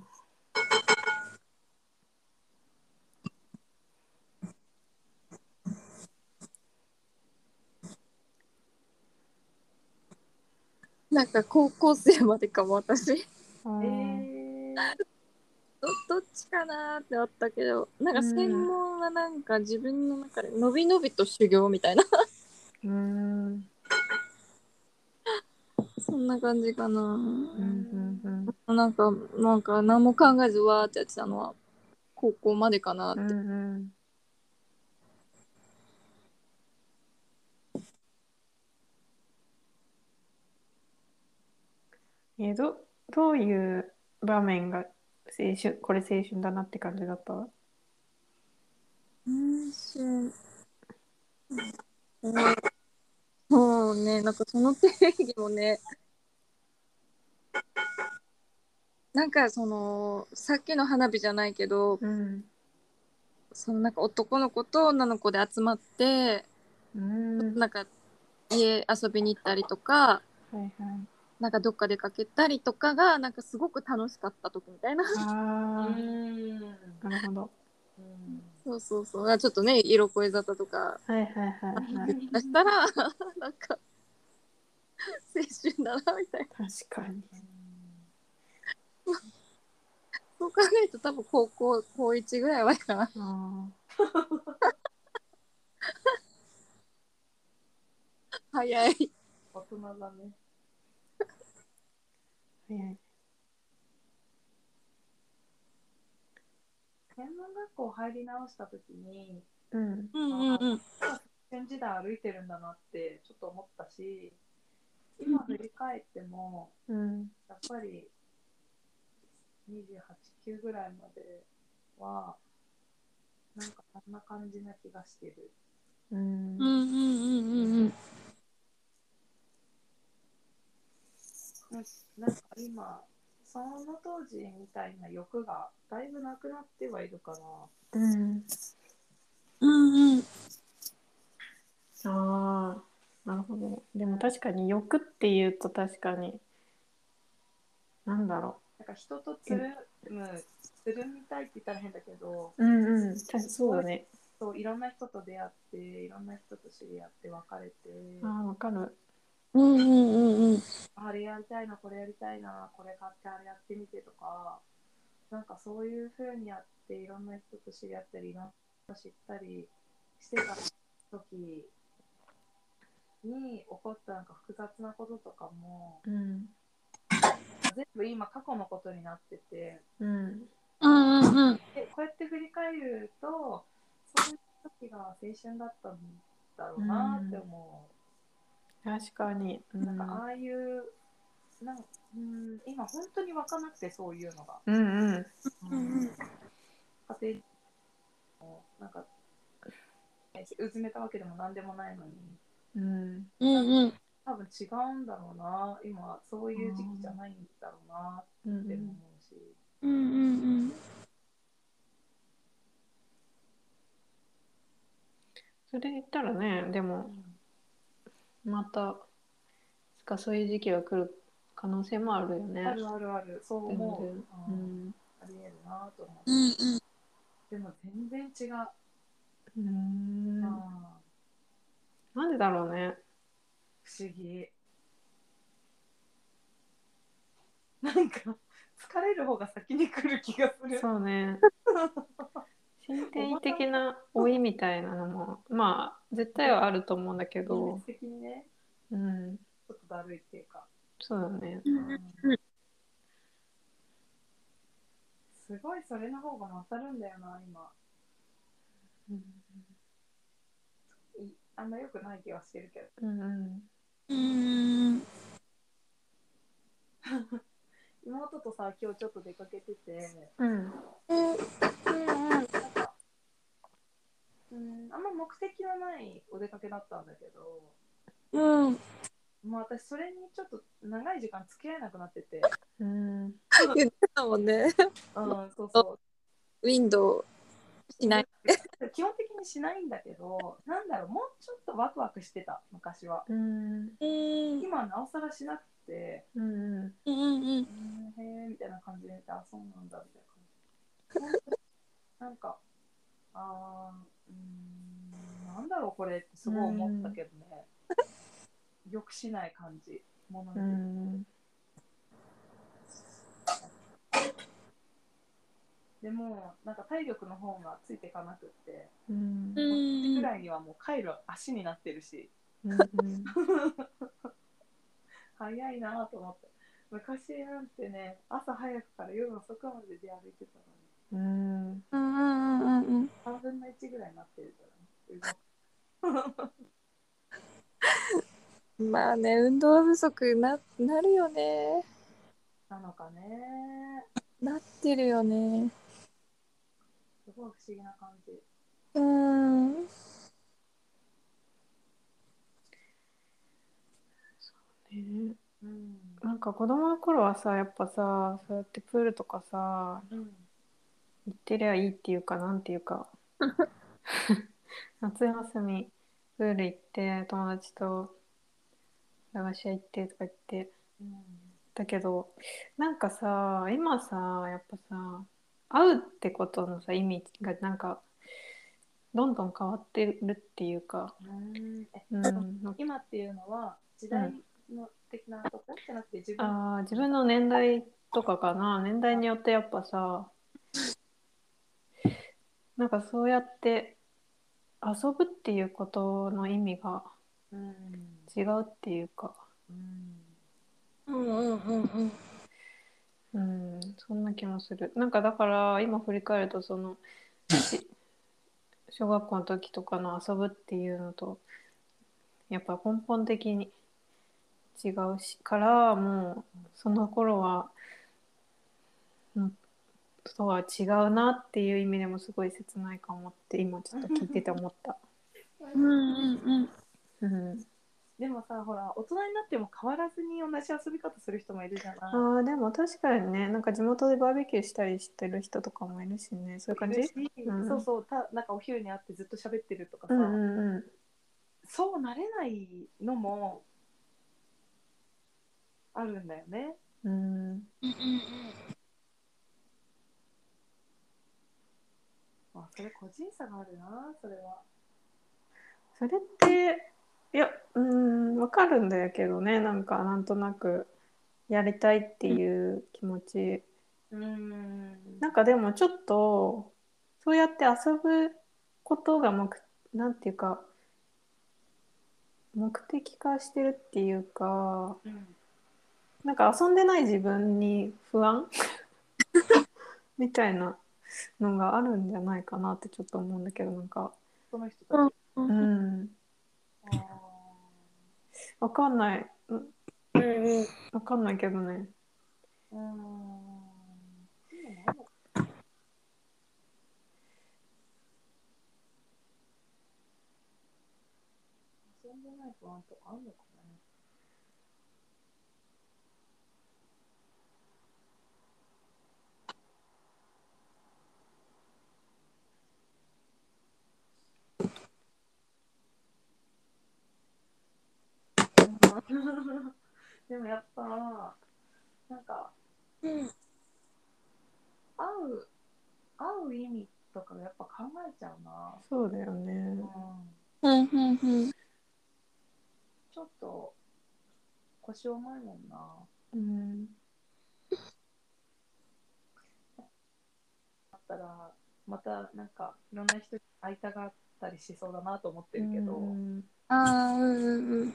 Speaker 3: なんか高校生までかも私。
Speaker 2: うん
Speaker 1: え
Speaker 3: どどっちかなーってあったけど、なんか専門はなんか自分の中でのびのびと修行みたいな、
Speaker 2: うんうん
Speaker 3: そんな感じかな。
Speaker 2: うんうん
Speaker 3: なんか、なんか何も考えずわーってやってたのは高校までかなって。
Speaker 2: うんうんえどどういう場面が青春これ青春だなって感じだった
Speaker 3: 青春。そうね、なんかその定義もね、なんかその、さっきの花火じゃないけど、
Speaker 2: うん
Speaker 3: そのなんか男の子と女の子で集まって、
Speaker 2: うん
Speaker 3: なんか家遊びに行ったりとか、
Speaker 2: はいはい。
Speaker 3: なんかどっか出かけたりとかが、なんかすごく楽しかった時みたいな。
Speaker 2: あ
Speaker 1: うん。
Speaker 2: あ、なるほど。
Speaker 1: うん
Speaker 3: そうそうそう。ちょっとね、色恋沙汰とか
Speaker 2: はいはいはいはい。
Speaker 3: したら、なんか、青春だな、みたい
Speaker 2: 確
Speaker 3: な。
Speaker 2: かに。
Speaker 3: そう考えると多分高校高一ぐらいはかな。
Speaker 2: あ
Speaker 3: 早い。
Speaker 1: 大人だね。
Speaker 2: あ、はいはい。
Speaker 1: 専門学校入り直した時に、
Speaker 2: うん。
Speaker 3: うん。
Speaker 1: うんうん先時代歩いてるんだなってちょっと思ったし、今振り返っても、
Speaker 2: うん。
Speaker 1: やっぱり28、9ぐらいまでは、なんかそんな感じな気がしてる。
Speaker 2: うん。
Speaker 3: うんうんうんうん
Speaker 1: なんなんか今、その当時みたいな欲がだいぶなくなってはいるから、
Speaker 2: うん。
Speaker 3: うんうん。
Speaker 2: ああ、なるほど。でも確かに欲っていうと確かに、なんだろ
Speaker 1: なんか人とつるむ、つるみたいって言ったら変だけど、
Speaker 2: う。うんうん。確そうだね。
Speaker 1: そういろんな人と出会って、いろんな人と知り合って別れて、
Speaker 2: ああ、わかる。
Speaker 3: うんうんうんうん。
Speaker 1: あれやりたいな、これやりたいな、これ買ってあれやってみてとか、なんかそういう風にやって、いろんな人と知り合ったり、いろんな人知ったりしてた時に起こったなんか複雑なこととかも、
Speaker 2: うん。
Speaker 1: 全部今過去のことになってて、
Speaker 2: うん。
Speaker 3: うんうんうん。
Speaker 1: でこうやって振り返ると、そういう時が青春だったんだろうなって思う。
Speaker 2: 確かに。う
Speaker 1: なん
Speaker 2: ん。
Speaker 1: かああいう、なんうん今本当に湧かなくてそういうのが。
Speaker 2: うんうん。
Speaker 1: 家庭もなんかえうずめたわけでも何でもないのに
Speaker 2: うん。
Speaker 3: うんうん。
Speaker 1: 多分違うんだろうな今そういう時期じゃないんだろうな
Speaker 2: うんう
Speaker 1: って
Speaker 2: ん
Speaker 1: 思うし、
Speaker 3: うんうん
Speaker 2: それ言ったらねでもまたつかそういう時期が来る可能性もあるよね
Speaker 1: あるあるある、そう思う。
Speaker 2: う
Speaker 1: うん
Speaker 2: ん
Speaker 1: ありえるなと思
Speaker 3: う
Speaker 1: う。
Speaker 3: んうん
Speaker 1: でも全然違う。
Speaker 2: うん
Speaker 1: うん
Speaker 2: なんでだろうね
Speaker 1: 不思議。なんか疲れる方が先に来る気がする。
Speaker 2: そうね身体的な老いみたいなのもまあ絶対はあると思うんだけ
Speaker 1: 現
Speaker 2: ど
Speaker 1: 実的にね、
Speaker 2: うん
Speaker 1: ちょっとだるいっていうか。
Speaker 2: そうだね
Speaker 3: うん
Speaker 1: すごいそれの方が勝るんだよな今
Speaker 2: うん
Speaker 1: いあんま良くない気はしてるけど
Speaker 2: うん
Speaker 3: うん
Speaker 1: 妹とさ今日ちょっと出かけてて
Speaker 2: うん
Speaker 1: うんあんま目的のないお出かけだったんだけど
Speaker 3: うんうん
Speaker 1: もう私それにちょっと長い時間付き合えなくなってて
Speaker 2: うん
Speaker 3: 言ってたもん
Speaker 1: う
Speaker 3: ね
Speaker 1: んそうそう
Speaker 3: ウィンドウしない
Speaker 1: 基本的にしないんだけどなんだろうもうちょっとワクワクしてた昔は
Speaker 2: うん
Speaker 3: うん
Speaker 1: 今はなおさらしなくて
Speaker 2: うん
Speaker 3: うんうん
Speaker 1: うんへえみたいな感じであそうなんだみたいな感じでなんかあーうーんなんだろうこれってすごい思ったけどねよくしない感じもの
Speaker 2: う
Speaker 1: に
Speaker 2: ん
Speaker 1: でもなんか体力の方がついていかなくって
Speaker 2: うん
Speaker 3: う
Speaker 1: ぐ
Speaker 3: ん
Speaker 1: らいにはもう帰る足になってるし
Speaker 2: うん
Speaker 1: 早いなと思って昔なんてね朝早くから夜遅くまで出歩いてたのに
Speaker 2: うん
Speaker 3: うんうんうんうん
Speaker 1: 3分の1ぐらいになってるからね
Speaker 3: うんまあね運動不足ななるよね
Speaker 1: なのかね
Speaker 3: なってるよね
Speaker 1: すごい不思議な感じ
Speaker 3: うん
Speaker 2: ね
Speaker 1: うん
Speaker 2: なんか子供の頃はさやっぱさそうやってプールとかさ
Speaker 1: うん
Speaker 2: 行ってりゃいいっていうかなんていう か夏休みプール行って友達と駄菓子屋行ってとか言って
Speaker 1: う
Speaker 2: だけどなんかさ今さやっぱさ会うってことのさ意味がなんかどんどん変わってるっていうか、
Speaker 1: ん、え
Speaker 2: うん、
Speaker 1: 今っていうのは時代の的なとこじゃなくて自分の
Speaker 2: あー自分の年代とかかな年代によってやっぱさなんかそうやって遊ぶっていうことの意味が
Speaker 1: うん
Speaker 2: 違うっていうか、
Speaker 1: うん
Speaker 3: うんうんうんうん
Speaker 2: うん、そんな気もするなんかだから今振り返るとそのし小学校の時とかの遊ぶっていうのとやっぱ根本的に違うしからもうその頃はうんとは違うなっていう意味でもすごい切ないかもって今ちょっと聞いてて思った。
Speaker 3: うんうん
Speaker 2: うん、
Speaker 1: でもさほら大人になっても変わらずに同じ遊び方する人もいるじゃない
Speaker 2: あーでも確かにねなんか地元でバーベキューしたりしてる人とかもいるしねそういう感じ
Speaker 1: いるし
Speaker 2: うん
Speaker 1: そうそうたなんかお昼に会ってずっと喋ってるとか
Speaker 2: う
Speaker 1: さ、
Speaker 2: んうんうん
Speaker 1: そうなれないのもあるんだよね
Speaker 2: うん
Speaker 3: うんうん
Speaker 1: あそれ個人差があるなそれは
Speaker 2: それっていやうーんわかるんだけどねなんかなんとなくやりたいっていう気持ち
Speaker 1: うん
Speaker 2: なんかでもちょっとそうやって遊ぶことが目なんていうか目的化してるっていうか
Speaker 1: うん
Speaker 2: なんか遊んでない自分に不安 みたいなのがあるんじゃないかなってちょっと思うんだけどなんか
Speaker 1: その人たち、
Speaker 3: うん
Speaker 2: う
Speaker 3: うん
Speaker 2: ん
Speaker 1: あー
Speaker 2: わかんないうん
Speaker 3: うん
Speaker 2: わかんないけどね
Speaker 1: うーんそういうのもあるのか遊んでない不安とかあるのかなでもやっぱなんか
Speaker 3: うん
Speaker 1: 会う会う意味とかやっぱ考えちゃうな、
Speaker 2: そうだよ
Speaker 1: う
Speaker 2: ね
Speaker 1: ん、
Speaker 3: うんうんうん
Speaker 1: ちょっと腰重いもんな
Speaker 2: うん
Speaker 1: だったらまたなんかいろんな人に会いたがったりしそうだなと思ってるけど、
Speaker 2: うん
Speaker 3: ああうんうんうん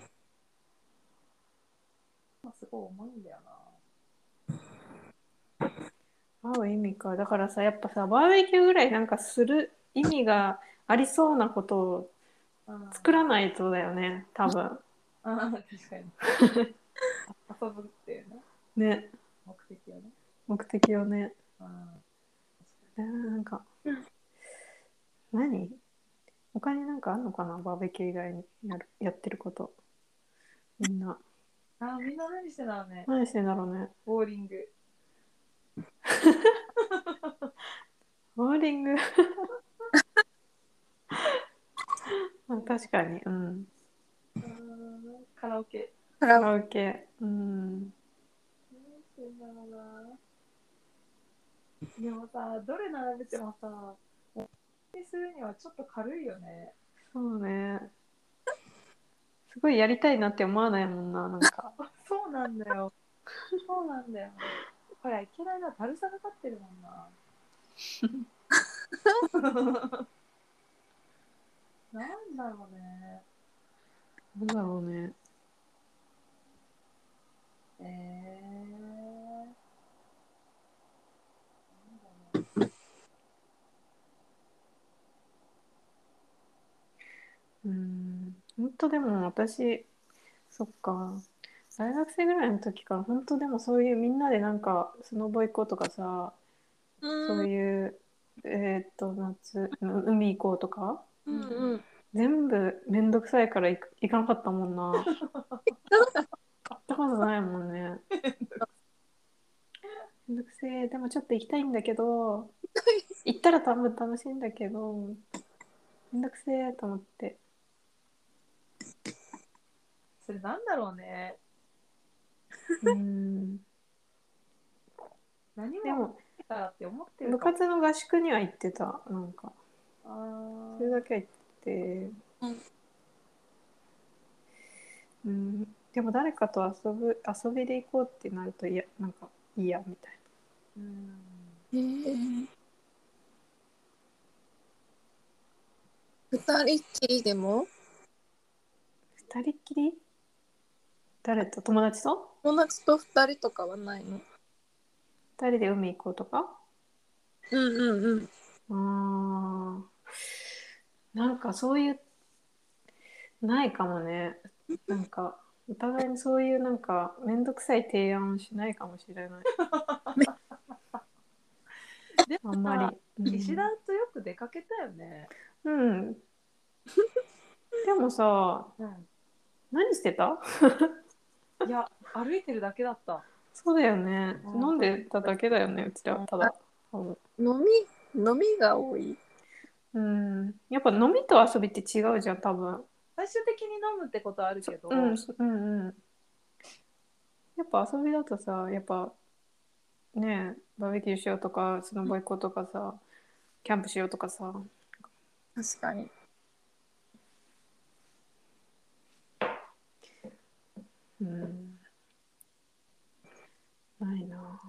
Speaker 1: まあすごい重いんだよな
Speaker 2: 合う意味かだからさやっぱさバーベキューぐらいなんかする意味がありそうなことを
Speaker 1: うん
Speaker 2: 作らないとだよね多分
Speaker 1: あー確かに 遊ぶっていうね
Speaker 2: ね
Speaker 1: 目的をね、
Speaker 2: 目的をね
Speaker 1: うん、
Speaker 2: えーなんか
Speaker 3: うん
Speaker 2: 何他になんかあんのかなバーベキュー以外にやるやってることみんな
Speaker 1: あーみんな何してたのね
Speaker 2: 何してんだろうね
Speaker 1: ボーリング
Speaker 2: ボーリング まあ確かにうん
Speaker 1: うんカラオケ
Speaker 2: カ
Speaker 3: カラオ
Speaker 2: ラオケうん
Speaker 1: 何してんだろうなでもさどれ並べてもさもうにするにはちょっと軽いよね
Speaker 2: そうねすごいやりたいなって思わないもんななんか
Speaker 1: そうなんだよそうなんだよほらいけないなだるさがかってるもんななんだろうね
Speaker 2: なんだろうね
Speaker 1: えー
Speaker 2: うん本当でも私そっか大学生ぐらいの時から本当でもそういうみんなでなんかスノボ行こうとかさ
Speaker 3: ケ
Speaker 2: そういうえーっと夏うん海行こうとか
Speaker 3: うんうん
Speaker 2: 全部めんどくさいから行く行かなかったもんな行ったことないもんねめんどくせえでもちょっと行きたいんだけど行ったら多分楽しいんだけどめんどくせえと思って
Speaker 1: それなんだろうね
Speaker 2: うん
Speaker 1: 何も
Speaker 2: で
Speaker 1: やっ
Speaker 2: も
Speaker 1: てたらって思って
Speaker 2: 部
Speaker 1: るかも
Speaker 2: 活の合宿には行ってたなんか
Speaker 1: あ
Speaker 2: それ
Speaker 1: ー
Speaker 2: だけは行って
Speaker 3: うん
Speaker 2: うんでも誰かと遊ぶ遊びで行こうってなるといやなんかいいやみたい
Speaker 1: うん
Speaker 3: えー二人っきりでも
Speaker 2: な二人っきり誰と友達と
Speaker 3: 友達と二人とかはないの
Speaker 2: 二人で海行こうとか
Speaker 3: うんうんうん
Speaker 2: うーんなんかそういうないかもねなんかお互いにそういうなんか面倒くさい提案をしないかもしれない
Speaker 1: で
Speaker 2: あんまり、うん
Speaker 1: 石段とよく出かけたよね
Speaker 2: うん。でもさ、
Speaker 1: うん
Speaker 2: 何してた
Speaker 1: いや歩いてるだけだった
Speaker 2: そうだよね。
Speaker 1: うん
Speaker 2: 飲んでただけだよね、うちらはただ。多分
Speaker 3: 飲み飲みが多い
Speaker 2: うん。やっぱ飲みと遊びって違うじゃん、多分。
Speaker 1: 最終的に飲むってことはあるけど、
Speaker 2: うん、うん、うん。やっぱ遊びだとさ、やっぱ、ねえ、バーベキューしようとか、スノボ行こうとかさ、キャンプしようとかさ、
Speaker 3: 確かに
Speaker 2: うん。ないな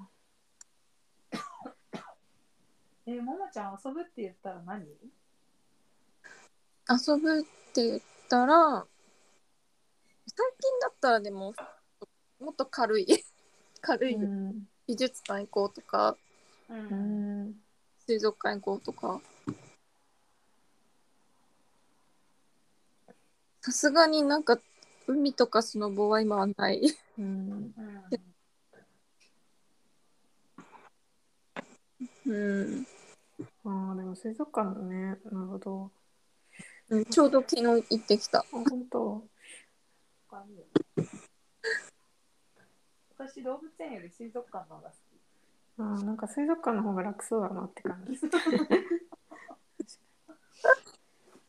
Speaker 2: ぁ
Speaker 1: えーももちゃん遊ぶって言ったら何
Speaker 3: 遊ぶって言ったら最近だったらでももっと軽い 軽い
Speaker 2: うん。
Speaker 3: 美術館行こうとか
Speaker 1: う
Speaker 2: うんん。
Speaker 3: 水族館行こうとかさすがになんか海とかスノボは今はない
Speaker 2: うん。
Speaker 1: うん
Speaker 3: うん、
Speaker 2: ああ、でも水族館だね。なるほど。
Speaker 3: うん、ちょうど昨日行ってきた
Speaker 2: あ、本当。
Speaker 1: 他に私動物園より水族館の方が好き
Speaker 2: ああ、なんか水族館の方が楽そうだなって感じ。
Speaker 1: わ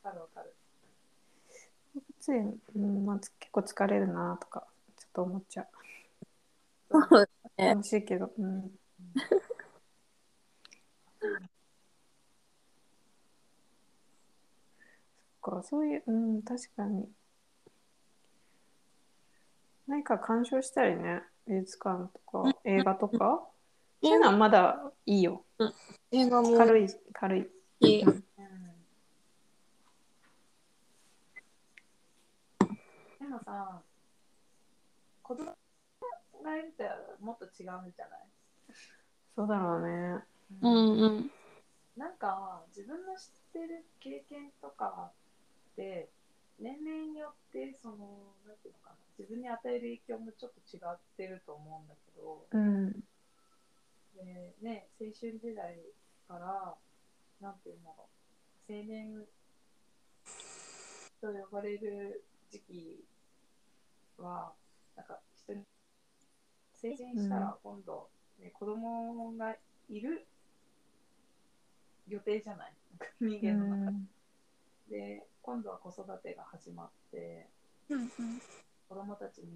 Speaker 1: かるわかる
Speaker 2: つい、うん、まあ、つ結構疲れるなとか、ちょっと思っちゃう。
Speaker 3: そうね
Speaker 2: 楽しいけど。うん。そっか、そういう、うん、確かに。何か鑑賞したりね、美術館とか映画とか、そういうのはまだいいよ。
Speaker 3: 映画も
Speaker 2: 軽い、軽い。
Speaker 3: 好き
Speaker 1: でもさ、子供がいるともっと違うんじゃない
Speaker 2: そうだろうね。
Speaker 3: うんうん
Speaker 1: なんか自分の知ってる経験とかって年齢によってそのなんていうのかな自分に与える影響もちょっと違ってると思うんだけど、
Speaker 2: うん。
Speaker 1: でね、青春時代からなんていうんだろう青年と呼ばれる時期はなんか人に成人したら今度、ね子供がいる予定じゃない人間の中で。で今度は子育てが始まって
Speaker 3: うん
Speaker 1: 子供たちに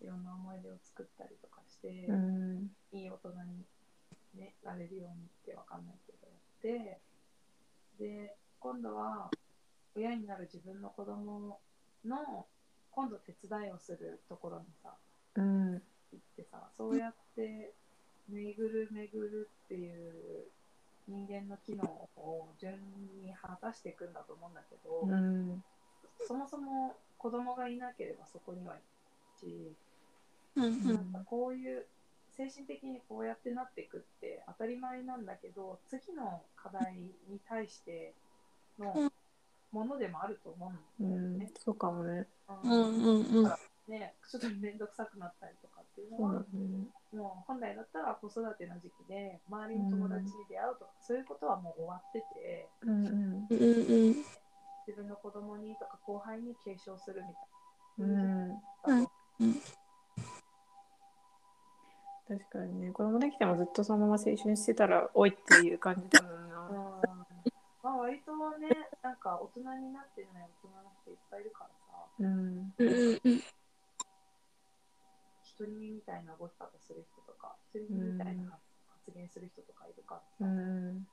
Speaker 1: いろんな思い出を作ったりとかして、
Speaker 2: うん。
Speaker 1: いい大人に、ね、なれるようにってわかんないけどやってで今度は親になる自分の子供の今度手伝いをするところにさ
Speaker 2: うん。
Speaker 1: 行ってさそうやって巡る巡るっていう人間の機能を順に果たしていくんだと思うんだけど。
Speaker 2: うん。
Speaker 1: そもそも子供がいなければそこにはいないし、
Speaker 3: うんう
Speaker 1: なんんかこういう精神的にこうやってなっていくって当たり前なんだけど次の課題に対してのものでもあると思う
Speaker 2: うんん
Speaker 1: だよね。。
Speaker 2: そうかもね。
Speaker 3: う
Speaker 1: うん
Speaker 3: んうんうん
Speaker 1: ねちょっと面倒くさくなったりとかっていうの
Speaker 2: そう
Speaker 1: は
Speaker 2: だ、ね。
Speaker 1: もう本来だったら子育ての時期で周りの友達に出会うとか、そういうことはもう終わってて
Speaker 2: うんうん。
Speaker 3: うんうん
Speaker 1: 自分の子供にとか後輩に継承するみ
Speaker 2: う
Speaker 1: たいな。
Speaker 2: ん、確かにね子供できてもずっとそのまま青春してたらおいっていう感じだもん
Speaker 1: うん
Speaker 2: な、
Speaker 1: まあ割とね、なんか大人になってない大人の人いっぱいいるからさ、
Speaker 2: うん、
Speaker 3: うんうん
Speaker 1: 一人みたいな動き方する人とか、一人みたいな発言する人とかいるから
Speaker 2: う
Speaker 1: さ、だ
Speaker 2: ん、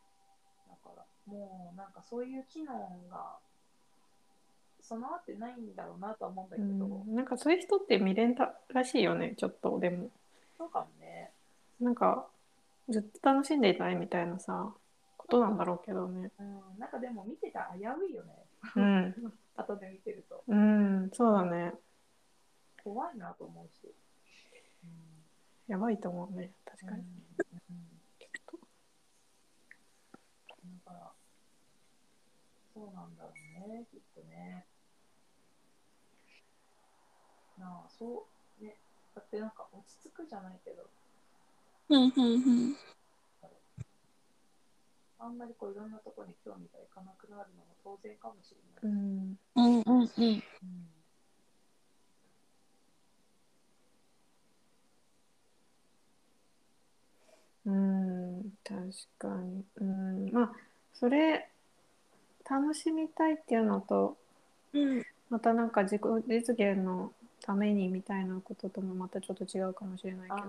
Speaker 1: からもうなんかそういう機能が備わってないんだろうなとは思うんだ
Speaker 2: う
Speaker 1: けど、
Speaker 2: ん、なんかそういう人って未練たらしいよねちょっとでも
Speaker 1: そうかもね。
Speaker 2: なんかずっと楽しんでいたいみたいなさことなんだろうけどね
Speaker 1: うん、なんかでも見てて危ういよね。
Speaker 2: うん、
Speaker 1: 後で見てると。
Speaker 2: うん、そうだね
Speaker 1: 怖いなと思うし。うん
Speaker 2: やばいと思うね確かに、
Speaker 1: だから、そうなんだろうね、きっとね。なあ、そう、ね、だってなんか落ち着くじゃないけど、
Speaker 3: うんうん
Speaker 1: あんまりこういろんなとこに興味がいかなくなるのも当然かもし
Speaker 2: う
Speaker 1: れない。
Speaker 2: ん、
Speaker 3: うんうんうん
Speaker 1: うん
Speaker 2: うん、確かに、うん、まあそれ楽しみたいっていうのと
Speaker 3: うん
Speaker 2: またなんか自己実現のためにみたいなことともまたちょっと違うかもしれない
Speaker 1: あ
Speaker 2: け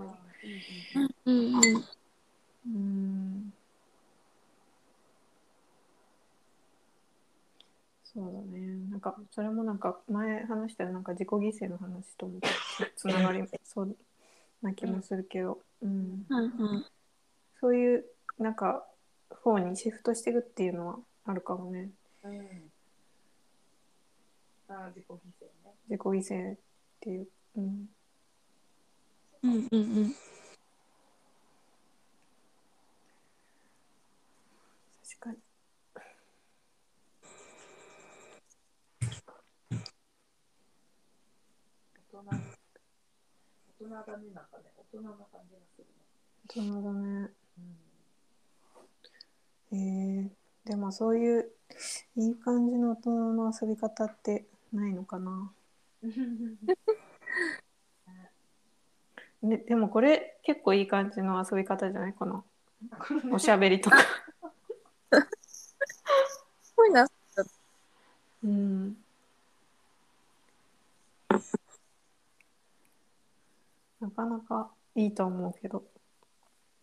Speaker 1: あ、うんうんうん。
Speaker 2: ど
Speaker 3: うんうん
Speaker 2: うーんそうだねなんかそれもなんか前話したなんか自己犠牲の話ともつなが りそうな気もするけど、うん、
Speaker 3: うん
Speaker 2: そういうなんか方にシフトしていくっていうのはあるかもね
Speaker 1: うん。ああ、自己犠牲ね。
Speaker 2: 自己犠牲っていう、うん、
Speaker 3: うんうん
Speaker 2: 確かに。
Speaker 1: 大人、大人だね、なんかね、大人な感じがするね。
Speaker 2: そうだね
Speaker 1: うん
Speaker 2: へえでもそういういい感じの大人の遊び方ってないのかな、ね、でもこれ結構いい感じの遊び方じゃないこのおしゃべりとか
Speaker 3: すごいな
Speaker 2: うんなかなかいいと思うけど。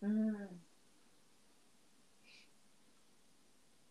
Speaker 1: うん